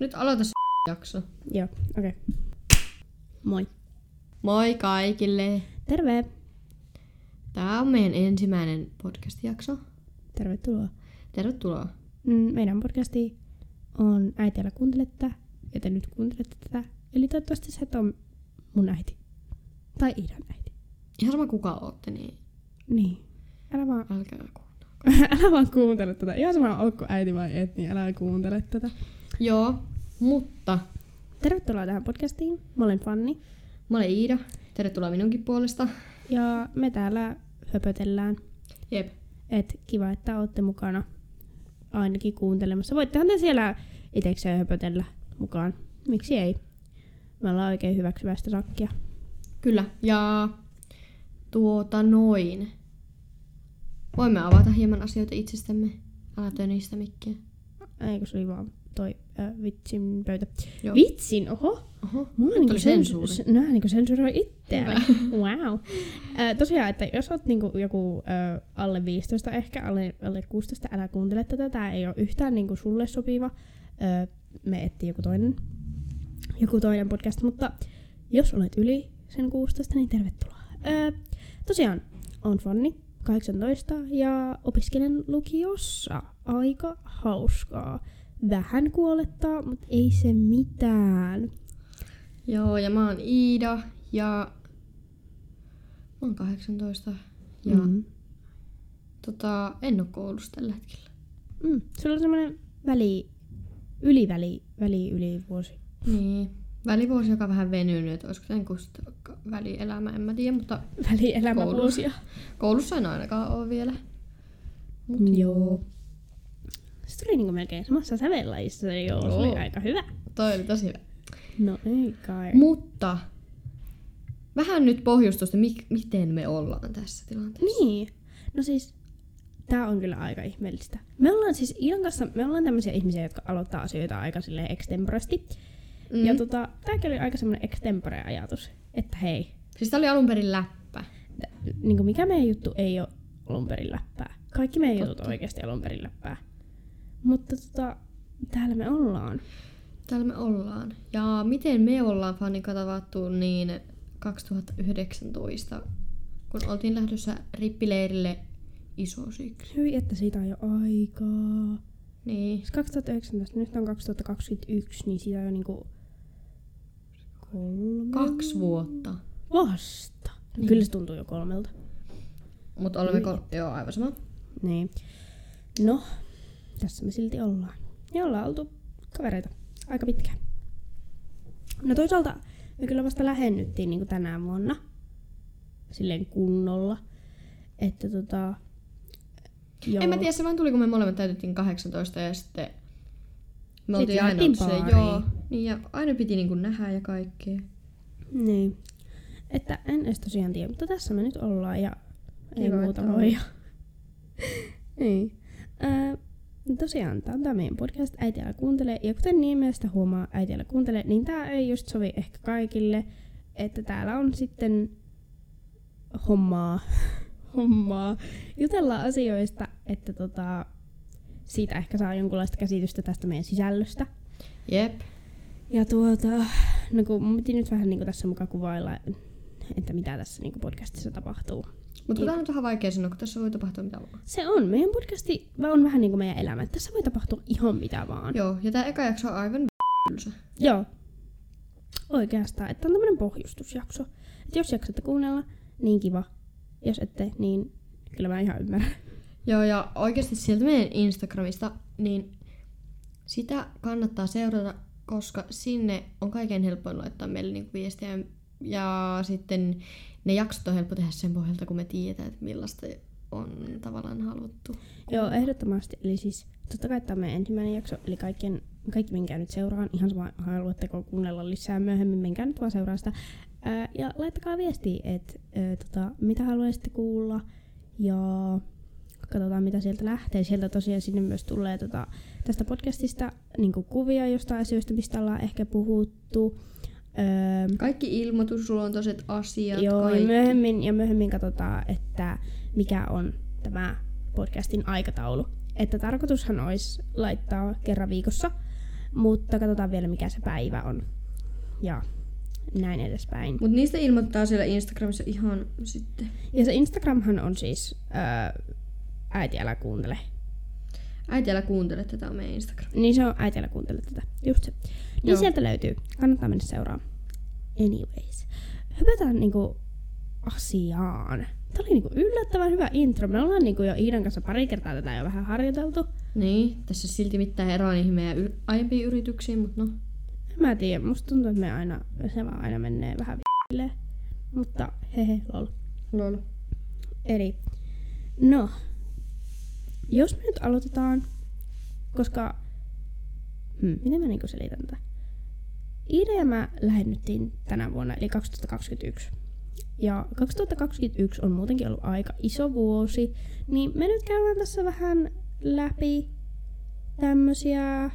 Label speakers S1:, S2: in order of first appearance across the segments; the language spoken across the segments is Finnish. S1: Nyt aloita se jakso.
S2: Joo, okei. Moi.
S1: Moi kaikille!
S2: Terve.
S1: Tämä on meidän ensimmäinen podcast-jakso.
S2: Tervetuloa.
S1: Tervetuloa.
S2: Mm, Meidän podcasti on äitillä kuunteletta, joten nyt kuuntelette tätä. Eli toivottavasti sä et ole mun äiti. Tai Iidan äiti.
S1: Ihan sama kuka ootte, niin
S2: Niin. Älä vaan,
S1: älkää kuunnella.
S2: älä vaan kuuntele tätä. Ihan sama onko äiti vai et, niin älä kuuntele tätä.
S1: Joo, mutta
S2: Tervetuloa tähän podcastiin. Mä olen Fanni.
S1: mä olen Iida. Tervetuloa minunkin puolesta.
S2: Ja me täällä höpötellään.
S1: Jep.
S2: Et kiva, että olette mukana ainakin kuuntelemassa. Voittehan te siellä itsekseen höpötellä mukaan. Miksi ei? Me ollaan oikein hyväksyvästä sakkia.
S1: Kyllä. Ja tuota noin. Voimme avata hieman asioita itsestämme. Älä tönistä mikkiä.
S2: Ei, kun se oli vaan toi ö, vitsin pöytä.
S1: Joo.
S2: Vitsin, oho!
S1: Oho,
S2: Mulla
S1: nyt oli sensuuri.
S2: sensu- nää niinku sensuroi itseäni. Wow. Ö, tosiaan, että jos oot niinku joku ö, alle 15 ehkä, alle, alle 16, älä kuuntele tätä. Tää ei ole yhtään niinku sulle sopiva. Ö, me etsii joku toinen, joku toinen podcast, mutta jos olet yli sen 16, niin tervetuloa. Ö, tosiaan, on Fanni, 18, ja opiskelen lukiossa. Aika hauskaa. Vähän kuolettaa, mutta ei se mitään.
S1: Joo, ja mä oon Iida ja mä oon 18 ja mm.
S2: Mm.
S1: tota, en oo koulussa tällä hetkellä.
S2: Mm. Sulla on semmoinen väli, yliväli, väli yli vuosi.
S1: Niin. Välivuosi, joka on vähän venynyt, että olisiko sen kust välielämä, en mä tiedä, mutta
S2: Väli
S1: elämävuosia. koulussa en ainakaan ole vielä.
S2: Mm, joo. Se tuli niinku melkein samassa sävellajissa, se joo, se oli
S1: Joo.
S2: aika hyvä.
S1: Toi oli tosi hyvä.
S2: No ei kai.
S1: Mutta vähän nyt pohjustusta, mik- miten me ollaan tässä tilanteessa.
S2: Niin. No siis, tää on kyllä aika ihmeellistä. Me ollaan siis Iidan kanssa, me ollaan tämmöisiä ihmisiä, jotka aloittaa asioita aika silleen extemporesti. Mm. Ja tota, tääkin oli aika semmoinen extempore ajatus, että hei,
S1: Siis tää oli alun perin läppä.
S2: niin kuin mikä meidän juttu ei ole alun perin läppää. Kaikki meidän jutut on oikeasti alun perin läppää. Mutta tota, täällä me ollaan.
S1: Täällä me ollaan. Ja miten me ollaan fanika tavattu, niin 2019, kun oltiin lähdössä rippileirille isosiksi.
S2: Hyi, että siitä on jo aikaa.
S1: Niin,
S2: Siis 2019, nyt on 2021, niin siitä on jo niinku kolme
S1: kaksi vuotta.
S2: vasta. Niin. Kyllä se tuntuu jo kolmelta.
S1: Mutta olemme kol- Mm. Joo, aivan sama.
S2: Niin. No, tässä me silti ollaan. Ja ollaan oltu kavereita aika pitkään. No toisaalta me kyllä vasta lähennyttiin niin tänä vuonna. Silleen kunnolla. Että tota...
S1: Joo. En mä tiedä, se vaan tuli, kun me molemmat täytettiin 18 ja sitten me oltiin aina
S2: lähdettiin
S1: ollut se,
S2: baariin.
S1: joo. Niin, ja aina piti niinku nähdä ja kaikkea.
S2: Niin. Että en edes tosiaan tiedä, mutta tässä me nyt ollaan ja ei
S1: Kiva,
S2: muuta
S1: että
S2: voi. niin. Öö, tosiaan, tämä on tämä meidän podcast Äitiällä kuuntele. Ja kuten nimestä huomaa Äitiällä kuuntele, niin tämä ei just sovi ehkä kaikille. Että täällä on sitten hommaa. hommaa. Jutellaan asioista, että tota, siitä ehkä saa jonkunlaista käsitystä tästä meidän sisällöstä.
S1: Jep.
S2: Ja tuota, no kun mun piti nyt vähän niin tässä mukaan kuvailla, että mitä tässä niin podcastissa tapahtuu.
S1: Mutta tämä on nyt vähän vaikea sanoa, kun tässä voi tapahtua mitä vaan.
S2: Se on. Meidän podcasti on vähän niin kuin meidän elämä. Tässä voi tapahtua ihan mitä vaan.
S1: Joo, ja tämä eka jakso on aivan tylsä.
S2: Joo. Oikeastaan. Että on tämmönen pohjustusjakso. Että jos jaksatte kuunnella, niin kiva. Jos ette, niin kyllä mä ihan ymmärrän.
S1: Joo, ja oikeasti sieltä meidän Instagramista, niin sitä kannattaa seurata, koska sinne on kaiken helpoin laittaa meille niinku viestiä. Ja sitten ne jaksot on helppo tehdä sen pohjalta, kun me tiedetään, että millaista on tavallaan haluttu.
S2: Joo, ehdottomasti. Eli siis totta kai tämä on meidän ensimmäinen jakso, eli kaikkien, kaikki menkää nyt seuraan. Ihan sama haluatteko kuunnella lisää myöhemmin, menkää nyt vaan seuraan sitä. Ää, ja laittakaa viestiä, että tota, mitä haluaisitte kuulla. Ja katsotaan mitä sieltä lähtee. Sieltä tosiaan sinne myös tulee tota, tästä podcastista niin kuvia jostain asioista, mistä ollaan ehkä puhuttu. Öö,
S1: Kaikki ilmoitusluontoiset asiat,
S2: Joo, ja
S1: kaikki.
S2: myöhemmin, ja myöhemmin katsotaan, että mikä on tämä podcastin aikataulu. Että tarkoitushan olisi laittaa kerran viikossa Mutta katsotaan vielä, mikä se päivä on. Ja näin edespäin.
S1: Mutta niistä ilmoittaa siellä Instagramissa ihan sitten.
S2: Ja se Instagramhan on siis ää, äiti älä kuuntele.
S1: Äiti, älä kuuntele tätä on meidän Instagram.
S2: Niin se on äiti älä kuuntele tätä. Just se. Niin
S1: Joo.
S2: sieltä löytyy. Kannattaa mennä seuraamaan. Anyways. Hypätään niinku asiaan. Tämä oli niinku yllättävän hyvä intro. Me ollaan niinku jo Iidan kanssa pari kertaa tätä jo vähän harjoiteltu.
S1: Niin, tässä ei silti mitään eroa niihin meidän yl- aiempiin yrityksiin, mutta no.
S2: En mä tiedä, musta tuntuu, että me aina, se vaan aina menee vähän vi***ille. Mutta hehe, lol.
S1: Lol.
S2: Eli, no, jos me nyt aloitetaan, koska, hmm, miten mä niinku selitän tätä? Iida ja mä lähennyttiin tänä vuonna, eli 2021. Ja 2021 on muutenkin ollut aika iso vuosi, niin me nyt käydään tässä vähän läpi tämmösiä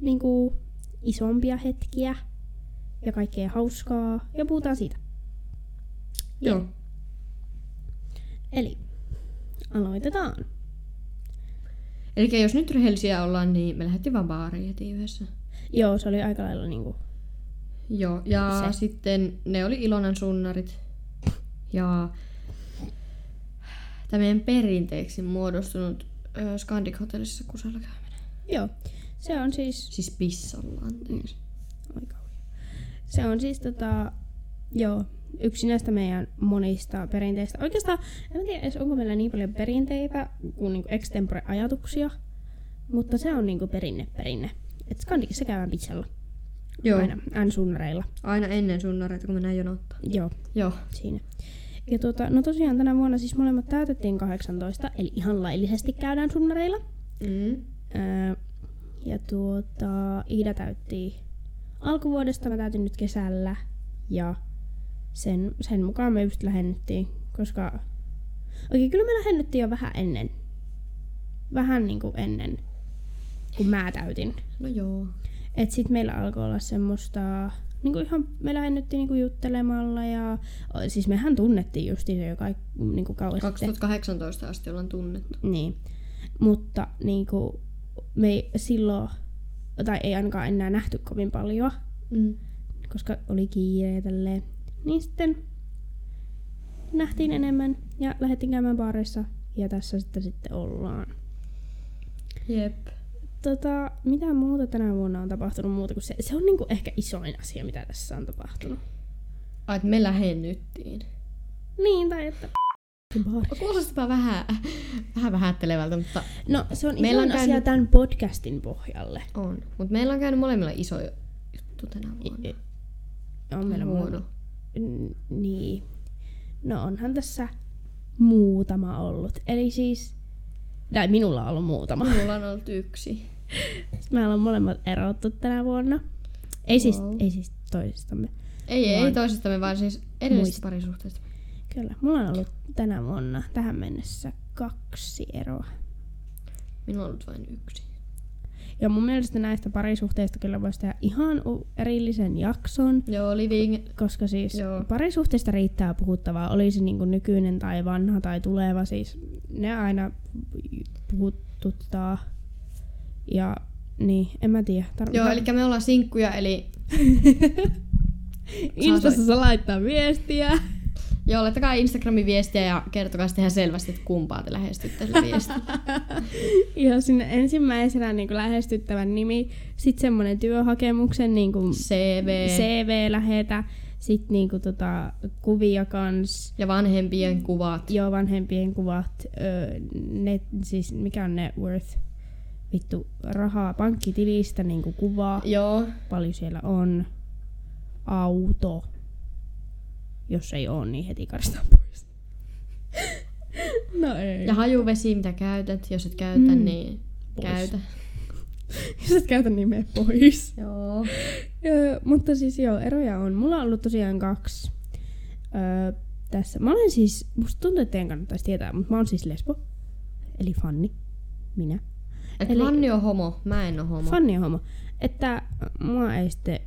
S2: niinku isompia hetkiä ja kaikkea hauskaa ja puhutaan siitä.
S1: Joo.
S2: Eli aloitetaan.
S1: Eli jos nyt rehellisiä ollaan, niin me lähdettiin vaan baariin heti yhdessä.
S2: Joo, se oli aika lailla niinku...
S1: Joo, ja
S2: Se.
S1: se. sitten ne oli Ilonan sunnarit. Ja tämä meidän perinteeksi muodostunut ö, Scandic Hotellissa kusella käyminen.
S2: Joo. Se on siis...
S1: Siis pissalla, anteeksi.
S2: Oi kauhea. Se on siis tota... Joo, yksi näistä meidän monista perinteistä. Oikeastaan, en mä tiedä edes onko meillä niin paljon perinteitä kuin niinku extempore-ajatuksia, mutta se on niinku perinne perinne. Et Skandikissa käydään pitsalla.
S1: Joo,
S2: Aina,
S1: Mm, aina.
S2: aina sunnareilla.
S1: aina ennen sunnareita, kun mennään jonottaa.
S2: Joo,
S1: Joo,
S2: siinä. Ja tuota, no tosiaan tänä vuonna siis molemmat täytettiin 18, eli ihan laillisesti käydään sunnareilla.
S1: mm.
S2: Öö, ja tuota, Iida täytti alkuvuodesta, mä täytin nyt kesällä. Ja sen, sen mukaan me just lähennyttiin, koska... Oikein kyllä me lähennyttiin jo vähän ennen. Vähän niinku ennen, kun mä täytin.
S1: no joo.
S2: Et sit meillä alkoi olla semmoista... Niinku ihan me lähennyttiin niinku juttelemalla ja... o, Siis mehän tunnettiin justiin se jo kaik, niinku kauan sitten.
S1: 2018 asti ollaan tunnettu.
S2: Niin. Mutta niin kuin, me ei silloin, tai ei ainakaan enää nähty kovin paljon,
S1: Mm.
S2: koska oli kiire ja tälleen. Niin sitten nähtiin enemmän ja lähdettiin käymään baareissa ja tässä sitten sitten ollaan.
S1: Jep.
S2: Tota, mitä muuta tänä vuonna on tapahtunut muuta kuin se, se on niinku ehkä isoin asia, mitä tässä on tapahtunut.
S1: Ai, että me lähennyttiin.
S2: Niin, tai että baari.
S1: Kuulostapa vähän, vähän vähättelevältä, mutta
S2: No, se on
S1: Meillä
S2: Meillä
S1: on
S2: isoin asia
S1: käynyt-
S2: tämän podcastin pohjalle.
S1: on. Mutta meillä on käynyt molemmilla iso juttu tänä vuonna.
S2: On meillä
S1: Huono.
S2: muuta. N- niin. No onhan tässä muutama ollut. Eli siis, tai minulla on ollut muutama.
S1: Mulla on ollut yksi.
S2: Me ollaan molemmat erottu tänä vuonna. Ei siis,
S1: Wow.
S2: ei siis toisistamme.
S1: Ei,
S2: Vaan-
S1: ei toisistamme, vaan siis edellisestä
S2: Muist-
S1: parisuhteesta.
S2: Kyllä, mulla on ollut tänä vuonna tähän mennessä kaksi eroa.
S1: Minulla on ollut vain yksi.
S2: Ja mun mielestä näistä parisuhteista kyllä voisi tehdä ihan u- erillisen jakson.
S1: Joo, living.
S2: Koska siis Joo.
S1: Joo.
S2: parisuhteista riittää puhuttavaa, oli se niinku nykyinen tai vanha tai tuleva, siis ne aina puhuttuttaa. Ja niin, en mä tiedä. Tar-
S1: Joo, eli me ollaan sinkkuja, eli
S2: Instassa se laittaa viestiä.
S1: joo, laittakaa Instagramin viestiä ja kertokaa sitten ihan selvästi, että kumpaa te lähestytte sillä viestillä.
S2: Ihan sinne ensimmäisenä niinku lähestyttävän nimi, sitten semmoinen työhakemuksen niinku
S1: CV.
S2: CV lähetä, sitten niinku tota, kuvia kans,
S1: Ja vanhempien kuvat.
S2: Joo, vanhempien kuvat, öö, ne, siis mikä on net worth, vittu, rahaa pankkitilistä, niin kuin kuvaa,
S1: Joo.
S2: paljon siellä on, auto, jos ei ole, niin heti karistaa pois. No ei.
S1: Ja hajuvesi, mitä käytät. Jos et käytä,
S2: Mm.
S1: mm. niin
S2: Pois.
S1: käytä.
S2: Jos et käytä nimeä pois.
S1: Joo.
S2: Öö, mutta siis joo, eroja on. Mulla on ollut tosiaan kaksi. Öö, tässä. Mä olen siis, musta tuntuu, että teidän kannattaisi tietää, mutta mä oon siis lesbo. Eli Fanni. Minä.
S1: Et
S2: Eli-
S1: Eli... Vanni on homo, mä en oo homo.
S2: Fanni on homo. Että mua ei sitten,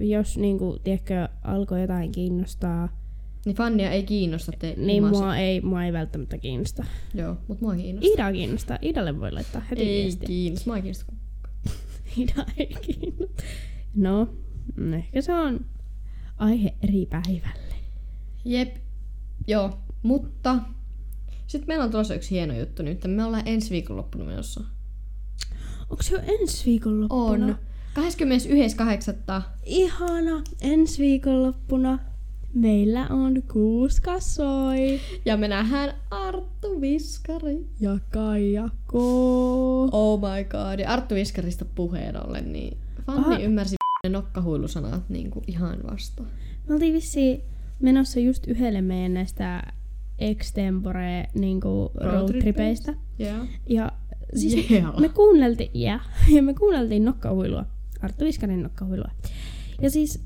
S2: jos niinku, tiedätkö, alkoi jotain kiinnostaa,
S1: Niin Fannia ei kiinnosta te
S2: niin
S1: imaset.
S2: mua ei, mua ei välttämättä kiinnosta.
S1: Joo, mut mua kiinnostaa.
S2: Iidaa kiinnostaa. Iidalle voi laittaa heti
S1: Ei
S2: viestiä.
S1: kiinnosta, mua ei kiinnosta.
S2: Minä ei kiinno. No, mm, ehkä se on aihe eri päivälle.
S1: Jep, joo, mutta sitten meillä on tulossa yksi hieno juttu nyt. Me ollaan ensi viikonloppuna menossa.
S2: Onko se jo ensi viikonloppuna?
S1: On. 21.8.
S2: Ihana. Ensi viikonloppuna meillä on kuusi kasoi.
S1: Ja me nähdään Arttu Viskari.
S2: Ja Kaija Koo.
S1: Oh my god. Ja Arttu Viskarista puheen ollen, niin Fanni
S2: Aha.
S1: ymmärsi ne nokkahuilusanat niin kuin ihan vasta.
S2: Me oltiin No vissiin menossa just yhdelle meidän näistä extempore niinku roadtripeistä.
S1: Joo.
S2: Ja siis
S1: Yeah.
S2: me kuunneltiin, yeah, ja me kuunneltiin nokkahuilua, Arttu Viskanen nokkahuilua. Ja siis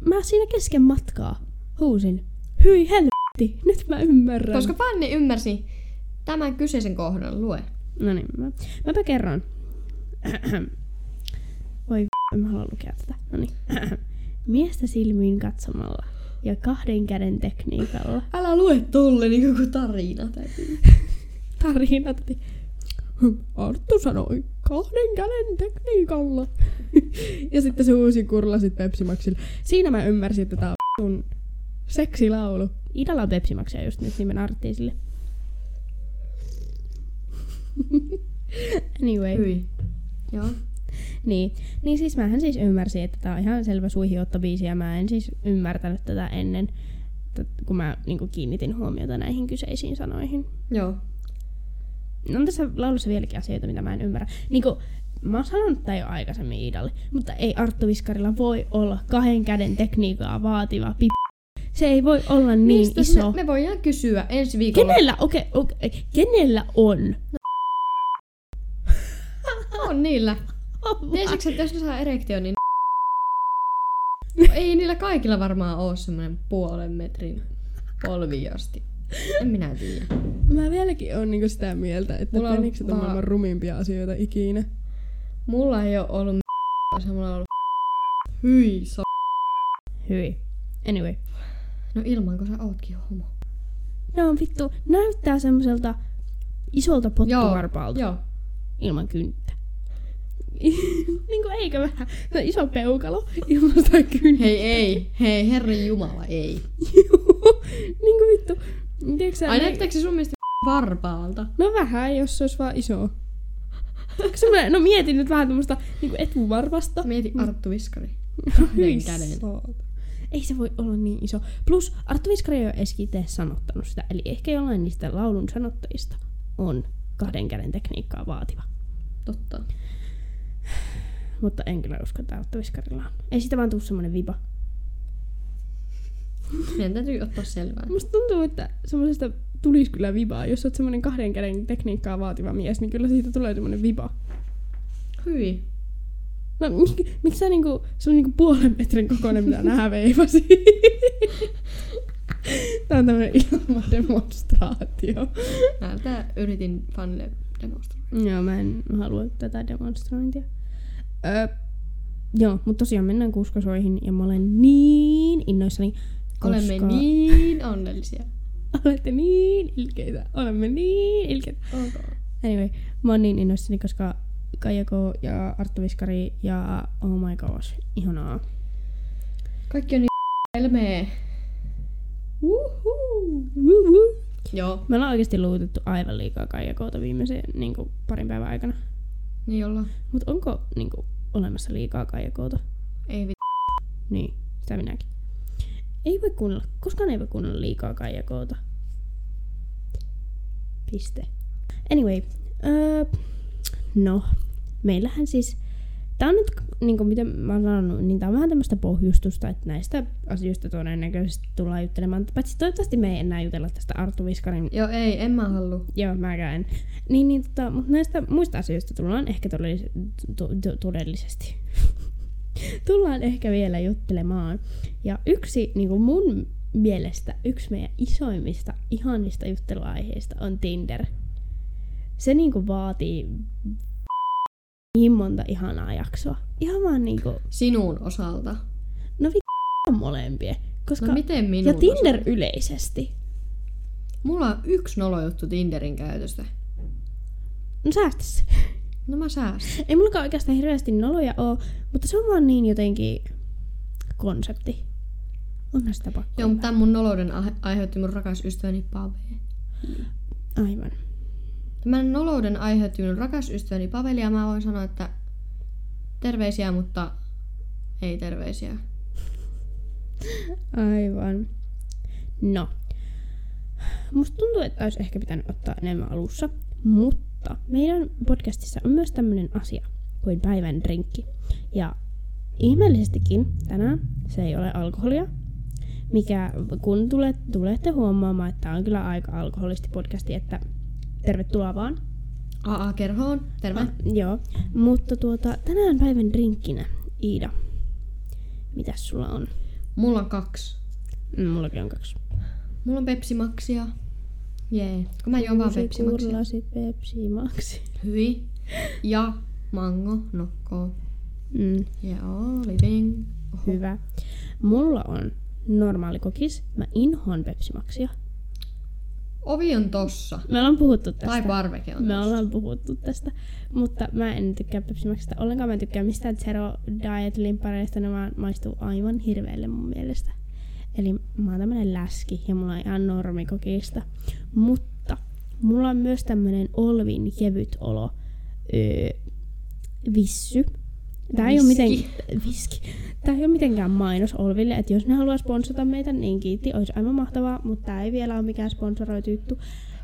S2: mä siinä kesken matkaa huusin, hyi helvetti, nyt mä ymmärrän.
S1: Koska Fanni ymmärsi tämän kyseisen kohdan, lue.
S2: No niin, mä, mäpä kerron. Voi v- mä haluan lukea tätä. No niin. Miestä silmiin katsomalla ja kahden käden tekniikalla.
S1: Älä lue tolle niin kuin tarina. täytyy.
S2: Tarina tuli. Arttu sanoi, kahden käden tekniikalla. ja sitten se uusi kurlasit Pepsi Maxilla. Siinä mä ymmärsin, että tää on sun seksilaulu. Idalla on Pepsi Maxia just nyt, niin me naurattiin sille. anyway.
S1: Hyi. Joo.
S2: Niin, niin siis mähän siis ymmärsin, että tämä on ihan selvä suihiottobiisi ja mä en siis ymmärtänyt tätä ennen, t- kun mä niinku kiinnitin huomiota näihin kyseisiin sanoihin.
S1: Joo.
S2: No on tässä laulussa vieläkin asioita, mitä mä en ymmärrä. Niinku, mä oon sanonut tää jo aikaisemmin Iidalle, mutta ei Arttu Viskarilla voi olla kahden käden tekniikkaa vaativa pip. Se ei voi olla niin
S1: Mistä se-
S2: iso.
S1: Me voidaan kysyä ensi viikolla.
S2: Kenellä, okei, okay, okay, kenellä on?
S1: On niillä. Ja siksi, että jos ne saa erektio, niin No ei niillä kaikilla varmaan ole semmoinen puolen metrin polviasti. En minä tiedä.
S3: Mä vieläkin on niinku sitä mieltä, että
S1: Mulla on
S3: penikset on
S1: vaan-
S3: maailman rumimpia asioita ikinä.
S1: Mulla ei ole ollut m***a, se mulla on ollut hyi sa-
S2: Hyi. Anyway.
S1: No ilman, kun sä ootkin homo.
S2: Ne on vittu, näyttää semmoiselta isolta pottuvarpaalta
S1: Joo.
S2: ilman kynttä. niinku eikö vähän? Se on iso peukalo ilman sitä kynttä.
S1: Hei ei, hei herran jumala ei.
S2: niinku vittu. Tiedätkö sä,
S1: Ai
S2: ne-
S1: näyttääkö se sun mielestä m***a varpaalta?
S2: No vähän, jos se olisi vaan iso. Onko semmoinen, no mietin nyt vähän tämmöstä niinku etuvarvasta.
S1: Mieti Arttu Viskari.
S2: Hyi
S1: Kahden käden.
S3: Saat.
S2: Ei se voi olla niin iso. Plus Arttu Viskari ei ole edes itse sanottanut sitä, eli ehkä jollain niistä laulun sanottajista on kahden käden tekniikkaa vaativa.
S1: Totta.
S2: Mutta en kyllä usko, että Arttu Viskarilla on. Ei sitä vaan tuu semmonen viba.
S1: Meidän täytyy ottaa selvää.
S3: Musta tuntuu, että semmoisesta tulisi kyllä vibaa. Jos oot semmoinen kahden käden tekniikkaa vaativa mies, niin kyllä siitä tulee semmoinen viba.
S1: Hyi.
S3: No, mik, miksi sä niinku, se on niinku puolen metrin kokoinen, mitä nää veivasi? Tää on tämmönen ilmademonstraatio.
S1: Näiltä yritin fanille demonstroida.
S2: Joo, mä en halua tätä demonstrointia. Öö, joo, mutta tosiaan mennään kuskasoihin ja mä olen niin innoissani, koska
S1: Olemme niin onnellisia.
S2: olette niin ilkeitä. Olemme niin ilkeitä.
S1: Olkoon.
S2: Anyway, mä oon niin innoissani, koska Kaijako ja Arttu Viskari ja oh my gosh, ihanaa.
S1: Kaikki on niin elmee.
S2: Uhu, uhu.
S1: Joo,
S2: Me ollaan oikeasti luutettu aivan liikaa Kaijakoota viimeisen niin kuin, parin päivän aikana.
S1: niin olla.
S2: Mutta onko niin kuin, olemassa liikaa Kaijakoota?
S1: Ei vittu.
S2: Niin, sitä minäkin. Ei voi kuunnella, koskaan ei voi kuunnella liikaa Kaijakoota. Piste. Anyway, öö, no, meillähän siis, tää on nyt, niin kuin miten mä oon sanonut, niin tää on vähän tämmöistä pohjustusta, että näistä asioista todennäköisesti tullaan juttelemaan. Paitsi toivottavasti me ei enää jutella tästä Artu Viskarin
S1: Joo, ei, en mä halua.
S2: Joo, mäkään en. Niin, niin tota, mutta näistä muista asioista tullaan ehkä todellis- to- to- todellisesti. tullaan ehkä vielä juttelemaan. Ja yksi niin kuin mun mielestä yksi meidän isoimmista, ihanista jutteluaiheista on Tinder. Se niin kuin vaatii niin monta ihanaa jaksoa. Ihan vaan niin kuin,
S1: Sinun osalta.
S2: molempien. Koska,
S1: No miten
S2: ja
S1: minun
S2: Tinder
S1: Osalta?
S2: yleisesti.
S1: Mulla on yksi nolojuttu Tinderin käytöstä.
S2: No säästä se.
S1: No mä säästän.
S2: Ei mullakaan oikeastaan hirveästi noloja oo, mutta se on vaan niin jotenkin konsepti. Onhan sitä pakko.
S1: Joo, mutta tämän mun nolouden aihe- aiheutti mun rakas ystäväni Pave.
S2: Aivan.
S1: Tämän nolouden aiheutti minun rakas ystäväni Paveli ja mä voin sanoa, että terveisiä, mutta ei terveisiä.
S2: Aivan. No. Musta tuntuu, että olisi ehkä pitänyt ottaa enemmän alussa, mutta meidän podcastissa on myös tämmöinen asia kuin päivän drinkki. Ja ihmeellisestikin tänään se ei ole alkoholia, mikä kun tulet, tulette huomaamaan, että tää on kyllä aika alkoholisti podcasti, että tervetuloa vaan.
S1: AA-kerhoon, terve.
S2: Ah, joo, mutta tuota, tänään päivän drinkkinä, Iida, mitäs sulla on?
S1: Mulla on kaksi.
S2: Mm, Mullakin on kaksi.
S1: Mulla on pepsimaksia. Jee, kun mä juon vaan pepsimaksia.
S2: Kurlasit Pepsi Maxi.
S1: Hyi. Ja mango, nokko.
S2: Mm,
S1: Joo, living. Oho.
S2: hyvä. Mulla on normaali kokis. Mä inhoan Pepsi Maxia.
S1: Ovi on tossa.
S2: Me ollaan puhuttu tästä.
S1: Tai parveke on
S2: Me
S1: tossa.
S2: ollaan puhuttu tästä, mutta mä en tykkää Pepsi Maxista ollenkaan. Mä en tykkää mistään Zero Diet limppareista, ne vaan maistuu aivan hirveelle mun mielestä. Eli mä oon tämmönen läski ja mulla on ihan normikokista. Mutta mulla on myös tämmönen Olvin kevyt olo. Öö, vissy. Tää ei, ole miten,
S1: Viski.
S2: viski. Tää ei ole mitenkään mainos Olville, että jos ne haluaa sponsata meitä, niin kiitti, olisi aivan mahtavaa, mutta tää ei vielä ole mikään sponsoroitu juttu.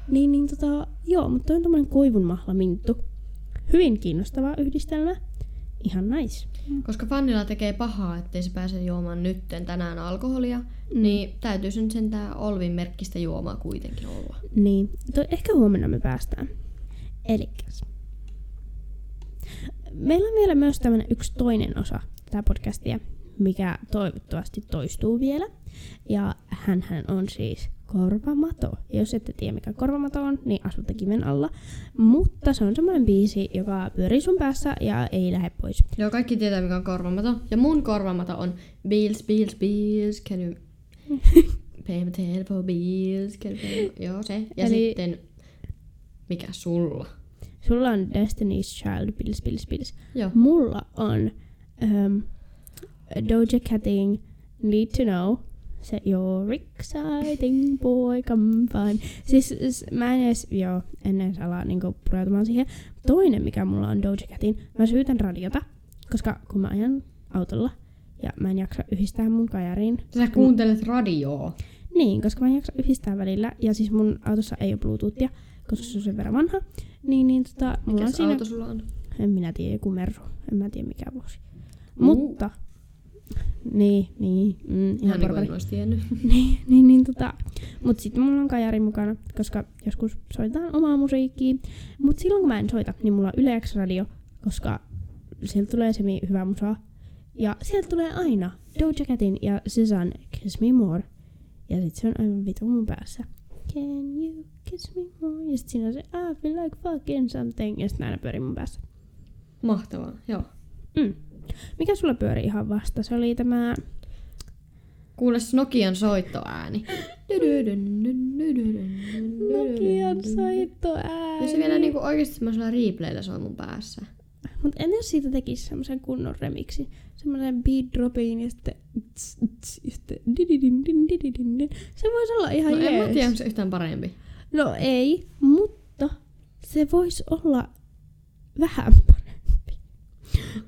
S2: Niin, niin tota, joo, mutta toi on tämmönen koivunmahla minttu. Hyvin kiinnostava yhdistelmä. Ihan nice.
S1: Koska Fannilla tekee pahaa, ettei se pääse juomaan nytten tänään alkoholia, mm. niin täytyy sen sentään Olvin merkkistä juomaa kuitenkin olla.
S2: Niin, to, ehkä huomenna me päästään. Elikäs. Meillä on vielä myös tämmönen yksi toinen osa tätä podcastia, mikä toivottavasti toistuu vielä. Ja hän on siis korvamato. Ja jos ette tiedä, mikä korvamato on, niin asutte kiven alla. Mutta se on semmoinen biisi, joka pyörii sun päässä ja ei lähde pois.
S1: Joo, kaikki tietää mikä on korvamato. Ja mun korvamato on Bills, Bills, Bills, can you pay my telephone bills, can you pay my... Joo, se. Ja
S2: Eli-
S1: Eli... sitten, mikä sulla?
S2: Sulla on Destiny's Child, Bills, Bills, Bills.
S1: Joo.
S2: Mulla on um, Doja Catin Need to Know. Se you're exciting boy, come fun. Siis s- mä en edes, joo, en edes ala niinku pureutumaan siihen. Toinen, mikä mulla on Doja Catin, mä syytän radiota, koska kun mä ajan autolla ja mä en jaksa yhdistää mun kajariin.
S1: Sä kuuntelet radioa.
S2: Niin, koska mä en jaksa yhdistää välillä ja siis mun autossa ei ole Bluetoothia, koska se on sen verran vanha. Niin, niin tota, mulla
S1: Mikä
S2: on siinä...
S1: auto sulla on?
S2: En minä tiedä, joku mersu. En mä tiedä mikä vuosi.
S1: Mm.
S2: Mutta, niin, niin, mm, ihan
S1: Ihan niin kuin
S2: porvari.
S1: en olisi tiennyt.
S2: Niin, niin, niin tota. Mut sitten mulla on kajari mukana, koska joskus soitetaan omaa musiikkia. Mut silloin kun mä en soita, niin mulla on Yle X radio, koska sieltä tulee semi hyvä musaa. Ja sieltä tulee aina Doja Catin ja Susan Kiss Me More. Ja sit se on aivan vitu mun päässä. Can you kiss me more? Ja sit siinä on se I feel like fucking something. Ja sit nää aina pyörii mun päässä.
S1: Mahtavaa, joo.
S2: Mm. Mikä sulla pyöri ihan vasta? Se oli tämä...
S1: Kuule se Nokian soittoääni.
S2: Nokian soittoääni.
S1: Ja se vielä niinku oikeesti semmoisella reeplayllä soi mun päässä.
S2: Mut en jos siitä tekisi semmoisen kunnon remiksi. Semmoisen beat dropiin ja sitten... Tss, tss, ja sitten dididin, din, dididin, din. Se voisi olla ihan
S1: No en mä
S2: jees.
S1: tiedä, onko se yhtään parempi.
S2: No ei, mutta se voisi olla vähän parempi.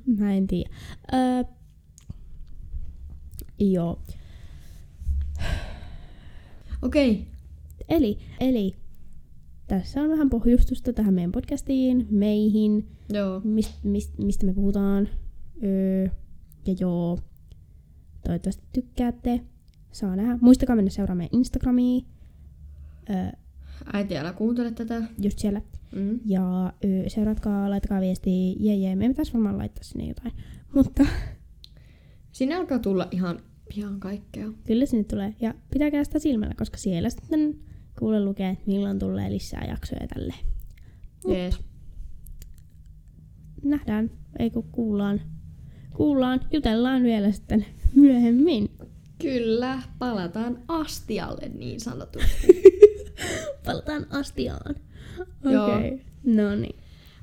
S2: Mä en tiedä. Öö, joo.
S1: Okei, okay.
S2: Eli, eli tässä on vähän pohjustusta tähän meidän podcastiin, meihin,
S1: joo.
S2: mist, mist, mistä me puhutaan. Öö, ja joo, toivottavasti tykkäätte. Saa nähdä. Muistakaa mennä seuraamaan meidän Instagramia, öö,
S1: Äiti, älä kuuntele tätä.
S2: just siellä.
S1: Mm.
S2: Ja öö, seuratkaa, laittakaa viestiä, jee jee, me pitäisi varmaan laittaa sinne jotain. Mutta
S1: Siinä alkaa tulla ihan pian kaikkea.
S2: kyllä sinne tulee. Ja pitäkää sitä silmällä, koska siellä sitten kuule lukee, että milloin tulee lisää jaksoja ja tälleen.
S1: Jees.
S2: nähdään, ei kun kuullaan. Kuullaan, jutellaan vielä sitten myöhemmin.
S1: Kyllä, palataan astialle niin sanotusti.
S2: Palataan astiaan.
S1: Joo.
S2: Okei. Okay. No niin.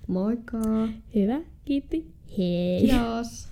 S2: Moikka!
S1: Hyvä, kiitti. Hei.
S2: Kiitos!